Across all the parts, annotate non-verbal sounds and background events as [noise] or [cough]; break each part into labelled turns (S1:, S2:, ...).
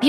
S1: 美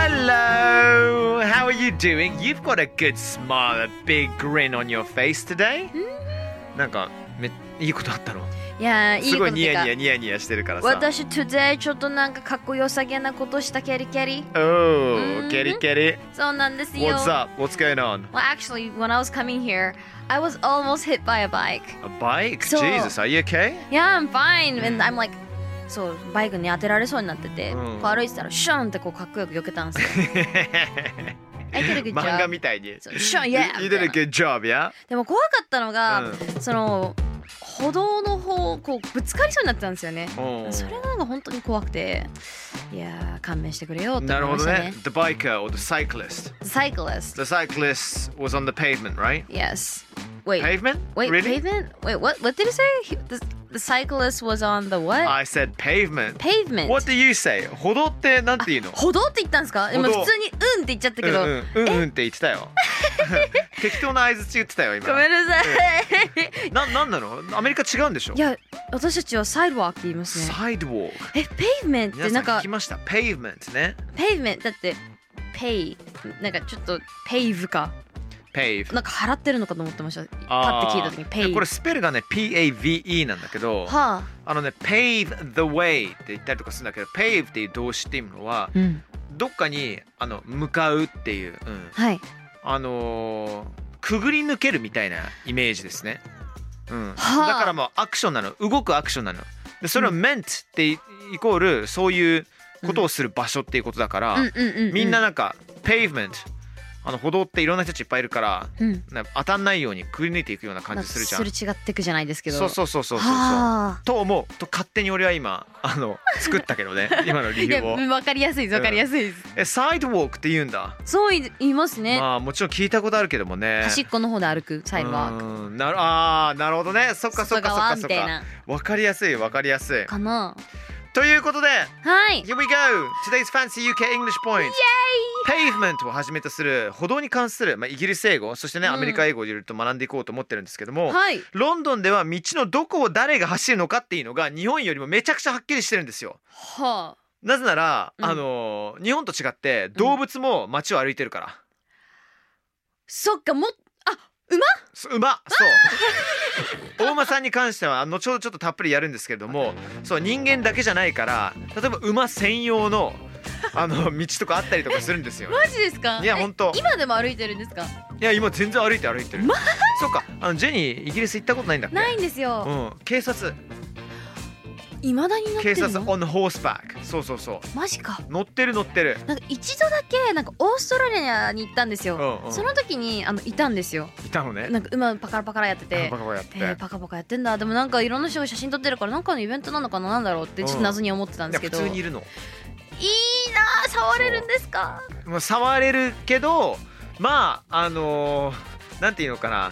S2: Hello! How are you doing? You've got a good smile, a big grin on your face today.
S3: Hmm?
S2: なんかめいいことあ
S3: [laughs]
S2: ったの
S3: いやーいい
S2: す
S3: こ
S2: ご
S3: と
S2: いニ
S3: て
S2: ヤ
S3: か
S2: ニヤニヤニヤしてるからさ。
S3: 私 today ちょっとなんかかっこよさげなことしたキャリキャリ
S2: Oh,
S3: ん
S2: Kitty Kitty.
S3: そうなんですよ
S2: What's up? What's going on?
S3: Well actually when I was coming here I was almost hit by a bike
S2: A bike?
S3: そう
S2: Jesus, are you okay?
S3: Yeah I'm fine and I'm like そうバイクに当てられそうになってて、
S2: うん
S3: こう歩いてたらシューンってこうかっこよく避けたんですよ
S2: [laughs]
S3: I did a good
S2: 漫画
S3: job
S2: みたいに。
S3: そうシューン
S2: You,
S3: yeah
S2: you
S3: み
S2: did
S3: たい
S2: a
S3: な
S2: good job, yeah?
S3: でも怖かったのが、
S2: う
S3: その歩道の方こうぶつかりそうになってたんですよね
S2: おー
S3: それなんか本当に怖くていやー勘弁してくれよって
S2: なる
S3: 思い
S2: ほ
S3: ま
S2: ど
S3: した
S2: ね
S3: ね。
S2: The biker or the cyclist.
S3: cyclist
S2: The cyclist was on the pavement, right?
S3: Yes. Wait.
S2: Pavement?
S3: wait.
S2: really?
S3: Pavement. Wait. What? What did it say? He- the, the cyclist was on the what?
S2: I said pavement.
S3: Pavement.
S2: What do you say? 歩道ってなんて言うの
S3: 歩道って言ったんですか？今
S2: 歩道
S3: 普通にうんって言っちゃったけど。
S2: うんうん、うんうんって言ってた
S3: [laughs]
S2: よ適当な相づち言ってたよ今
S3: ごめんなさい。
S2: ななんなのアメリカ違うんでしょ
S3: [laughs] いや、私たちはサイドワークって言いますね。
S2: サイドウォーク
S3: え、ペイメンっ
S2: 皆
S3: て
S2: さ
S3: なんんか
S2: 聞きましたペイブメントね
S3: ペイメンだってペイなんかちょっとペイブか
S2: ペイブ
S3: なんか払ってるのかと思ってました。パ
S2: あ
S3: っ
S2: ー
S3: て聞いた時にペイ。
S2: これスペルがね PAVE なんだけど
S3: はあ。
S2: あのね Pave the way って言ったりとかするんだけど Pave っていう動詞っていうのは
S3: うん。
S2: どっかにあの向かうっていう、うん、
S3: はい。
S2: あのーくぐり抜けるみたいなイメージですね。うん、
S3: はあ
S2: だからもうアクションなの動くアクションなの。でそれを meant ってイコールそういうことをする場所っていうことだから、
S3: うんうんうん、う
S2: みんな。なんか pavement あの歩道っていろんな人たちいっぱいいるから
S3: うん。
S2: な当たんないようにくぐり抜いていくような感じするじゃん。
S3: する違ってくじゃないですけど。
S2: そうそうそうそうそうそう。
S3: はあ。
S2: と思うと勝手に俺は今あの作ったけど
S3: [laughs]
S2: ね今の理
S3: い
S2: 由
S3: や
S2: を。
S3: わかりやすいですわかりやすいです、
S2: えサイドウォークって言うんだ。
S3: そうい言いますね、
S2: まあもちろん聞いたことあるけどもね。
S3: 端っこの方で歩くサイドワーク
S2: ークなるあーなるほどねそっかそっ
S3: 外
S2: かそっ
S3: 側
S2: か
S3: み
S2: そった
S3: い
S2: か
S3: な
S2: わかりやすいわかりやすい
S3: かな
S2: ということで
S3: はい
S2: Here we go! Today's fancy UK English point! イ a イ e m e n t をはじめとする歩道に関する、まあ、イギリス英語そしてね、
S3: うん
S2: アメリカ英語をいろいろと学んでいこうと思ってるんですけども、
S3: はい
S2: ロンドンでは道のどこを誰が走るのかっていうのが日本よりもめちゃくちゃはっきりしてるんですよ
S3: はあ
S2: なぜなら、
S3: うん
S2: あのー日本と違って動物も街を歩いてるから、
S3: そっかもっ
S2: すうまそう大馬さんに関しては後ほどちょっとたっぷりやるんですけれどもそう人間だけじゃないから例えば馬専用のあの道とかあったりとかするんですよ、ね、
S3: マジですか
S2: いや
S3: [laughs] え
S2: ほんと
S3: 今でも歩いてるんですか
S2: いや今全然歩いて歩いてるそうかあのジェニーイギリス行ったことないんだっけ
S3: ないんです
S2: う
S3: よ
S2: ん、警察
S3: いまだに乗って
S2: 警
S3: る
S2: 察
S3: の
S2: on horseback そうそうそ
S3: マジか
S2: う乗ってる乗ってる
S3: なんか一度だけなんかオーストラリアに行ったんですよ、
S2: うんうん
S3: その時にあのいたんですよ
S2: いたのね
S3: なんか馬パカラパカラやってて
S2: [laughs] バカバカやって、
S3: えー、パカパカやってんだでもなんかいろんな人が写真撮ってるからなんかのイベントなのかななんだろうってちょっと謎に思ってたん
S2: い
S3: で
S2: や
S3: すけ
S2: 普
S3: ど、
S2: 通にいるの
S3: いいなあ触れるんですか
S2: まあ、触れるけどまああのーなんていうのかな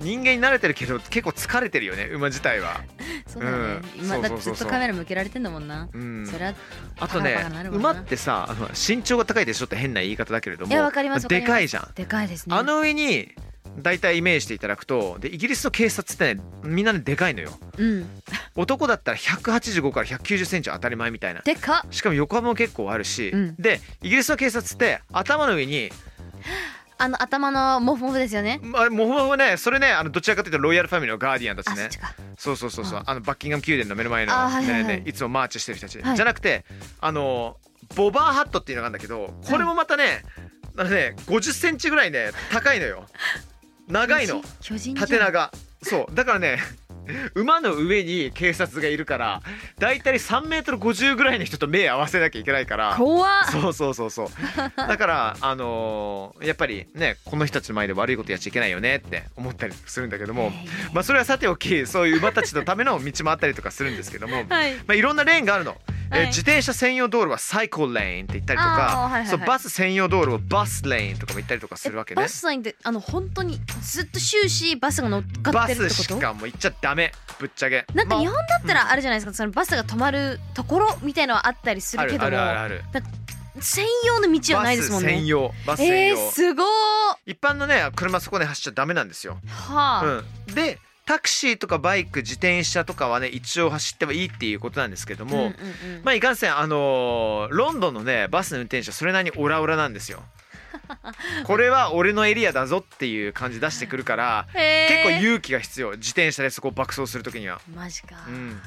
S2: 人間に慣れてるけど結構疲れてるよね馬自体は。
S3: そうだね、
S2: うん
S3: 今
S2: そう
S3: だっ
S2: そ
S3: て
S2: う
S3: ず
S2: そうそう
S3: っとカメラ向けられてんだもんな、
S2: うん、
S3: それは
S2: あと
S3: バ
S2: ね
S3: カなバカなるわな
S2: 馬ってさあの身長が高いでちょっと変な言い方だけれども
S3: いやわかりますわかり
S2: で
S3: ます
S2: かいじゃん。
S3: でかいですね
S2: あの上に大体イメージしていただくとでイギリスの警察ってねみんなねでかいのよ。
S3: うん
S2: 男だったら185から190センチは当たり前みたいな。
S3: でかっ
S2: しかも横幅も結構あるし、
S3: うん
S2: でイギリスの警察って頭の上に
S3: あの頭のモフモフですよね。
S2: まあ、もうほぼほぼねそれねあのどちらかというとロイヤルファミリーのガーディアンたち
S3: あ、そ
S2: ね
S3: っちか。
S2: そうそうそうそうあのバッキンガム宮殿の目の前の、ね
S3: あはいはいはい
S2: ねいつもマーチしてる人たち、
S3: はい
S2: じゃなくてあのボバーハットっていうのがあるんだけどこれもまたね、あのね50センチぐらいね高いのよ長いの
S3: 巨人。
S2: 縦。長そうだからね馬の上に警察がいるからだいたい3メートル50ぐらいの人と目合わせなきゃいけないから
S3: 怖 [laughs] っ。
S2: そうそうそうそうだからあのーやっぱりねこの人たちの前で悪いことやっちゃいけないよねって思ったりするんだけども、まあ、それはさておきそういう馬たちのための道もあったりとかするんですけど
S3: [laughs]
S2: も、ま
S3: はい。
S2: あ、いろんなレーンがあるの。えー
S3: はい
S2: 自転車専用道路はサイコーレーンって言ったりと
S3: あーはいは
S2: か
S3: いはい
S2: そうバス専用道路をバスレーンとかも言ったりとかするわけね
S3: バスさんってあの本当にずっと終始バスが乗っかっ
S2: バ
S3: てる
S2: ス
S3: って
S2: し
S3: こと
S2: かもう行っちゃダメぶっちゃけ
S3: なんか
S2: まあ
S3: 日本だったらあるじゃないですか、そのバスが止まるところみたいのはあったりするけども
S2: あるあるある
S3: 専用の道は
S2: バ
S3: ないですも
S2: ス
S3: んね
S2: 専用バス専
S3: え
S2: 用、
S3: ー、すごー
S2: 一般のね車そこで走っちゃダメなんですよ
S3: はあ、
S2: うん、でタクシーとかバイク自転車とかはね一応走ってもいいっていうことなんですけども、
S3: んうんうん
S2: まあいかんせんあのーロンドンのねバスの運転手はそれなりにオラオラなんです
S3: [laughs]
S2: よ。これは俺のエリアだぞっていう感じ出してくる
S3: [laughs]
S2: から、
S3: へ
S2: 結構
S3: う
S2: 勇気が必要自転車でそこを爆走する時には。
S3: マジか、
S2: うん、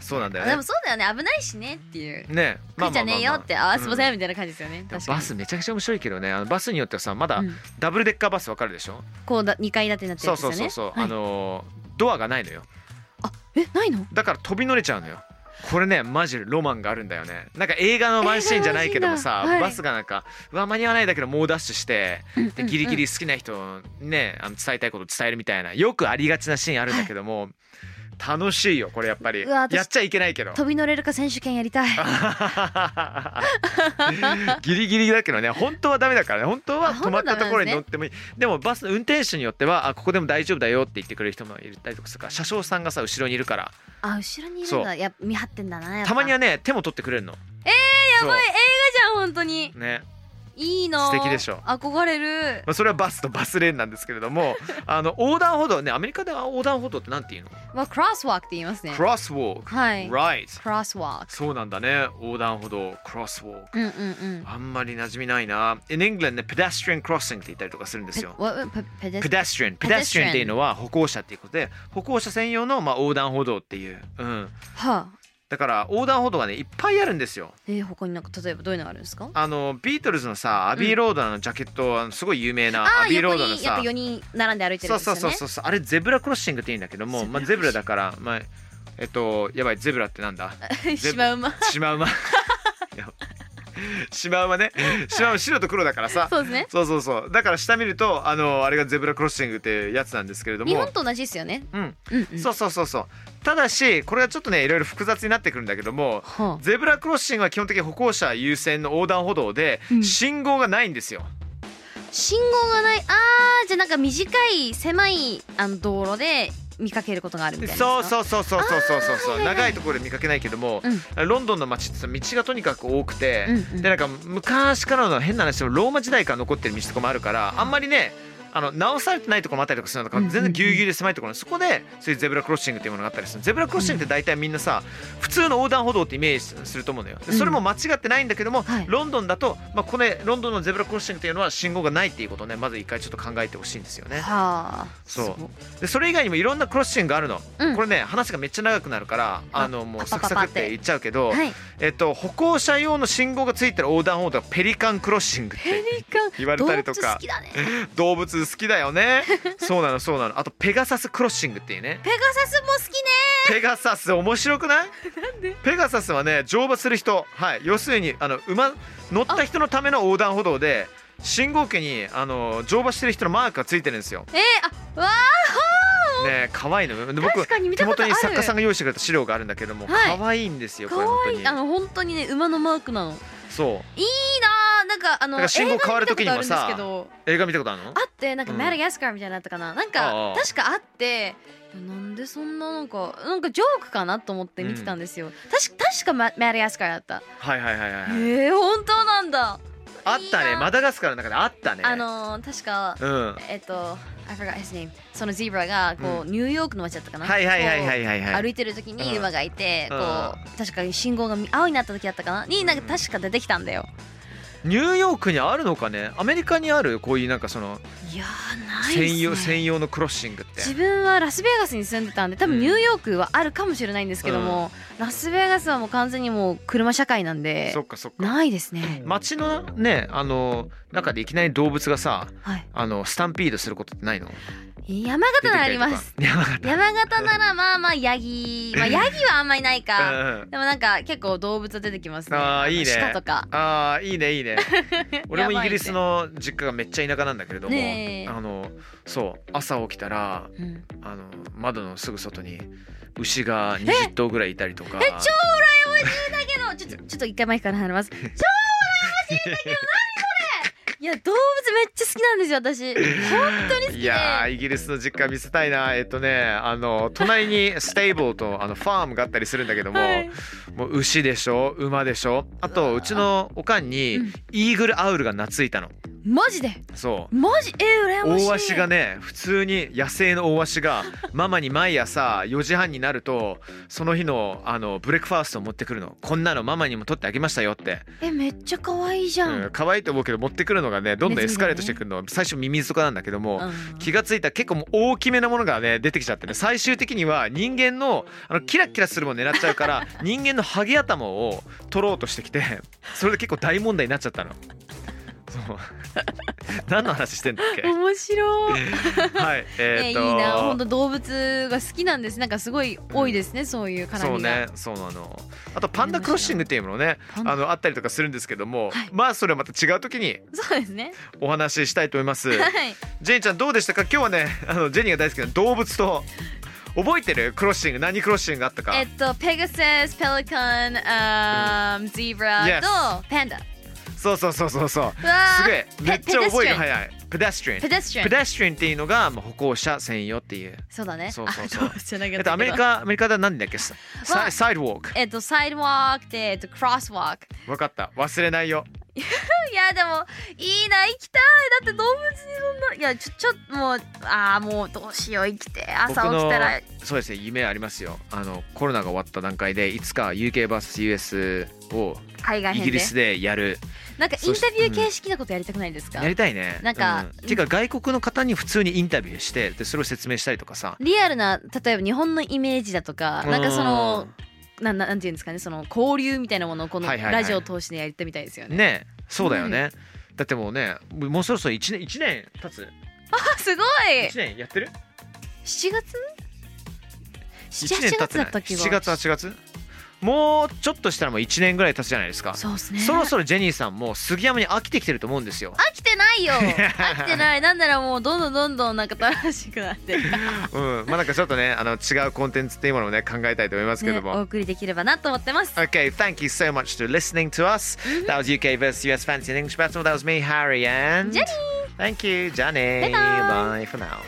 S2: そうなんだ
S3: で
S2: よ
S3: も
S2: ね。
S3: そうだよね危ないしねっていう
S2: ね
S3: 食いちゃねえよって、ああすいません
S2: うん
S3: みたいな感じですよね
S2: でも
S3: 確かに
S2: バスめちゃくちゃ面白いけどねあのバスによってはさまだ
S3: うん
S2: ダブルデッカーバスわかるでしょ、
S3: こうだ二階建てになってる
S2: そう
S3: んですよ
S2: そうそ
S3: ね
S2: うそう、
S3: はい
S2: あのードアがないのよ
S3: あえないの
S2: だから飛び乗れちゃうのよこれねマジでロマンがあるんだよねなんか映画のワンシーンじゃないけども
S3: 映画
S2: さ、
S3: のワンシーンだはい
S2: バスがなんかうわ間に合わないだけど猛ダッシュして、で
S3: うん
S2: ギリギリ好きな人にねあの伝えたいことを伝えるみたいなよくありがちなシーンあるんだけども、楽しいよこれやっぱり
S3: うわ
S2: やっ
S3: 私
S2: ちゃいけないけど
S3: 飛び乗れるか選手権やりたい
S2: [laughs] ギリギリだけどね本当はダメだからね本当は
S3: あ
S2: 止
S3: 本当
S2: ま
S3: は
S2: ったところに
S3: ダ
S2: 乗
S3: メなんですね
S2: ってもいいで,、もバスの運転手によってはあここでも大丈夫だよって言ってくれる人もいたりとかするから車掌さんがさ後ろにいるから
S3: あ後ろにいる
S2: そ
S3: ん
S2: う
S3: だや見張ってんだなやっぱ
S2: たまには
S3: や
S2: ね手も取ってくれるのえーや
S3: ばい映画じゃん本当に
S2: ね
S3: いいの
S2: 素敵でしょ
S3: 憧れる
S2: まあ、それはバスとバスレーンなんですけれどもあの横断歩道ねアメリカでは横断歩道ってなんていうの
S3: まあクロスワークって言いますね
S2: クロスウォーク、
S3: はい
S2: Right
S3: クロスワーク
S2: そうなんだね横断歩道クロスウォーク
S3: うんうんうん
S2: あんまり馴染みないな In England ね pedestrian crossing って言ったりとかするんですよ
S3: ペペデス
S2: pedestrian pedestrian っていうのは歩行者っていうことで歩行者専用のまあ横断歩道っていう、うん、
S3: はあ
S2: だから横断歩道がねいっぱいあるんですよ
S3: えー、他になんか例えばどういうのがあるんですか
S2: あのビートルズのさアビーロードのジャケット、あのすごい有名なアビーロードの
S3: 横にやっ
S2: さ
S3: ぱ4人並んで歩いてる
S2: そ
S3: ん
S2: う
S3: です
S2: そう
S3: よね
S2: そうそうそうあれゼブラクロッシングっていうんだけども、まあ、ゼブラだから、まあ、えっとやばいゼブラってなん
S3: [laughs]
S2: だ
S3: シマウマ
S2: シマウマ [laughs] やばいシマウマねシマウマ白と黒だからさ
S3: そうですね
S2: そうそうそうだから下見るとあのあれがゼブラクロッシングってやつなんですけれど
S3: 日
S2: も
S3: 本と同じですよね
S2: うん、
S3: うんうん
S2: そうそうそうそうただしこれはちょっとねいろいろ複雑になってくるんだけども
S3: は
S2: ゼブラクロッシングは基本的に歩行者優先の横断歩道で
S3: うん
S2: 信号がないんですよ、
S3: あ、信号がないあーじゃあなんか短い狭いあの道路で見かけることがあるみたいな
S2: そう
S3: う
S2: そうそうそうそうそうそうそう
S3: はいはい
S2: 長いところで見かけないけども、
S3: う
S2: ロンドンの街ってさ道がとにかく多くて、
S3: うんうん
S2: でなんか昔からの変な話でもローマ時代から残ってる道とかもあるから、あんまりねあの直されてないところもあったりとかするのだか
S3: うん
S2: ら
S3: うん
S2: 全然ぎゅうぎゅうで狭いところにそこでそういうゼブラクロッシングっていうものがあったりするゼブラクロッシングって大体みんなさ普通の横断歩道ってイメージすると思うのよでそれも間違ってないんだけども、
S3: はい
S2: ロンドンだと、まあ、これロンドンのゼブラクロッシングっていうのは信号がないっていうことをねまず一回ちょっと考えてほしいんですよね。
S3: はあ
S2: そう
S3: すごい
S2: でそれ以外にもいろんなクロッシングがあるの、
S3: うん
S2: これね話がめっちゃ長くなるから
S3: あ
S2: あのもう
S3: パ
S2: サ
S3: パ
S2: ク
S3: パ
S2: サ
S3: パ
S2: クって言っちゃうけど、
S3: はい
S2: えっと、歩行者用の信号がついてる横断歩道がペリカンクロッシングって
S3: ペリカン
S2: 言われ
S3: 動
S2: たり
S3: 物
S2: とか
S3: 好きだね
S2: 動物好きだよ
S3: [laughs]
S2: ねそうなのそうなのあとペガサスクロッシングっていうね
S3: ペガサスも好きね
S2: ペガサス面白くないペガサスはね乗馬する人、はい、要するにあの馬乗った人のための横断歩道で信号機にあの乗馬してる人のマークがついてるんですよ。
S3: えー、あわ
S2: ね可愛いの。で僕
S3: 確かに見
S2: 手
S3: たこと
S2: 元
S3: ある
S2: に作家さんが用意してくれた資料があるんだけども、
S3: はい
S2: 可愛いんですよ。
S3: ー
S2: こ
S3: か
S2: れ本
S3: わ
S2: 当
S3: い
S2: に
S3: いあ。の本当にね馬のマークなのいい
S2: そ
S3: なーなんかあの
S2: だから信号
S3: 映画
S2: 変わる時にもさ
S3: 見たことあるんですけど
S2: う。映画見たことあるの？
S3: あってなんか
S2: うん
S3: マダガスカルみたいなのあったかな、なん
S2: ああ
S3: か確かあってなんでそんななんかなんかジョークかなと思って見てたんですよ、確か確かママダガスカルだった、
S2: はいはいはいはいはい。
S3: ええ本当なんだ
S2: あった
S3: いい
S2: ね。
S3: な
S2: マダガスカルの中であったね。
S3: あのー確か
S2: うん。
S3: えっと I forgot his name そのゼブラがこう、ニューヨークの街だったかな
S2: はいはいはいはいはい
S3: こう
S2: は
S3: 歩
S2: い。
S3: いてる時
S2: うん
S3: に馬がいて、
S2: うん
S3: こう確かに信号が青になった時だったかなになんか確か出てきたんだよ、
S2: ニューヨークにあるのかねアメリカにあるこういうなんかその
S3: いやーないです、ね、
S2: 専用専用のクロッシングって
S3: 自分はラスベガスに住んでたんで多
S2: う
S3: 分
S2: ん
S3: ニューヨークはあるかもしれないんですけども、ラスベガスはもう完全にもう車社会なんで
S2: そっかそっか
S3: ないですね、
S2: 街のねあの中でいきなり動物がさ
S3: はい、
S2: あのスタンピードすることってないの
S3: 山形ならあります
S2: 出てきたりとか
S3: 山形ならまあまあヤギまあヤギはあんまりない
S2: 山
S3: か
S2: 形うんうん
S3: でもなんか結構動物は出てきますね
S2: あーいいね
S3: 鹿とか
S2: あーいいね
S3: [laughs]
S2: いいね俺もイギリス
S3: や
S2: の実家がめっちゃ田舎なんだけれども、
S3: ねえ
S2: あのそう朝起きたら
S3: ばいね、うん
S2: あの窓のすぐ外に牛が20頭ぐらいいたりとか
S3: え超羨ましいんだけどちょっとちょっと一回マイクから離れま
S2: [laughs]
S3: す超羨ましいんだけど何これいや動物めっちゃ好きなんですよ私本当に好きで
S2: いやーイギリスの実家見せたいなえっとねあの隣にステーブルとあのファームがあったりするんだけ [laughs] ども、
S3: はい
S2: もう牛でしょ馬でしょあとうちのおかんに
S3: うん
S2: イーグルアウルが懐いたの
S3: マジで
S2: そう
S3: マジえー、羨ましい
S2: 大足がね普通に野生の大足がママに毎朝4時半になるとその日のあのブレックファーストを持ってくるのこんなのママにも取ってあげましたよって、
S3: えめっちゃ可愛いじゃん、
S2: うん可愛いと思うけど持ってくるのがねどんどんエスカレートしてくるの、最初ミミズとかなんだけども、
S3: うん
S2: 気がついたら結構もう大きめなものがね出てきちゃってね最終的には人間のあのキラッキラするもの狙っちゃうから人間のハゲ頭を取ろうとしてきてそれで結構大問題になっちゃったの。そう [laughs] 何の話してんだっけ
S3: 面白い、
S2: はい、
S3: え
S2: [laughs] えー、
S3: いい
S2: と
S3: な本当動物が好きなんですなんかすごい多いですね、そういう絡
S2: そう
S3: みが、
S2: ねそうなのあとパンダクロッシングっていうものね
S3: パンダ
S2: あのあったりとかするんですけども、
S3: はい
S2: まあそれはまた違う時に
S3: そうですね
S2: お話ししたいと思い
S3: [laughs]
S2: ます
S3: はい
S2: ジェニーちゃんどうでしたか今日はねあのジェニーが大好きな動物と覚えてるクロッシング何クロッシングがあったか
S3: えっとペガサスペリカンあーゼブラ
S2: Yes
S3: とペンダ
S2: そうそうそうそうそう
S3: うわ
S2: す
S3: ー
S2: げえめっちゃ覚えが早いペデストリン
S3: ペデストリン
S2: ペデストリンっていうのがまあ歩行者専用っていう
S3: そうだね
S2: そうそうそう
S3: あ動物じゃなかっ
S2: え
S3: た
S2: っ
S3: けど
S2: とアメリカアメリカでは何だっけサ
S3: わあ
S2: サイドウォーク
S3: えっとサイドワークでえっとクロスワーク
S2: わかった忘れないよ
S3: [laughs] いやでもいいな行きたいだって動物にそんないやちょちょもうああもうどうしよう生きて朝起きたら
S2: 僕のそうですね夢ありますよあのコロナが終わった段階でいつか UKVSUS を
S3: 海外
S2: イ
S3: 編
S2: ギ
S3: で
S2: リスでやる
S3: なんかインタビュー形式なことやりたくないですか、
S2: やりたいね
S3: なんか
S2: うていうか外国の方に普通にインタビューしてでそれを説明したりとかさ
S3: リアルな例えば日本のイメージだとかなんかそのなんなんなんていうんですかねその交流みたいなものをこの
S2: はいはいはい
S3: ラジオを通してやりてみたいですよね。
S2: ねそうだよね、だってもうねもうそろそろ1年一年経つ
S3: あすごい
S2: 1年やってる
S3: 7月
S2: 一
S3: 7 8
S2: 経
S3: 月
S2: てな
S3: だ
S2: い
S3: ったっけ
S2: 7月8月もうちょっとしたらもう1年ぐらい経つじゃないですか
S3: そうですね
S2: そろそろジェニーさんも杉山に飽きてきてると思うんですよ
S3: 飽きてないよ飽きてないなんならもうどんどんどんどんなんか楽しくなって
S2: うん、まあなんかちょっとね、あの違うコンテンツっていうものもね考えたいと思いますけ
S3: ね
S2: ど
S3: お
S2: も。
S3: 送りできればなと思ってます。
S2: Okay, thank you so much to listening to us.
S3: Mm-hmm.
S2: That was UK versus US Fancy and English Battle. That was me, Harry, and
S3: Jenny.
S2: Thank you, Jenny. Bye
S3: Bye-bye.
S2: for now.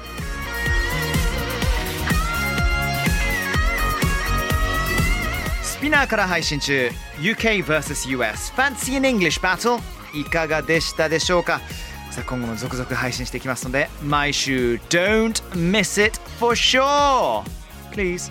S4: Spinner から配信中 UK vs.US Fancy in English Battle いかがでしたでしょうかさあ今後も続々配信していきますので毎週 Don't miss it for sure! Please!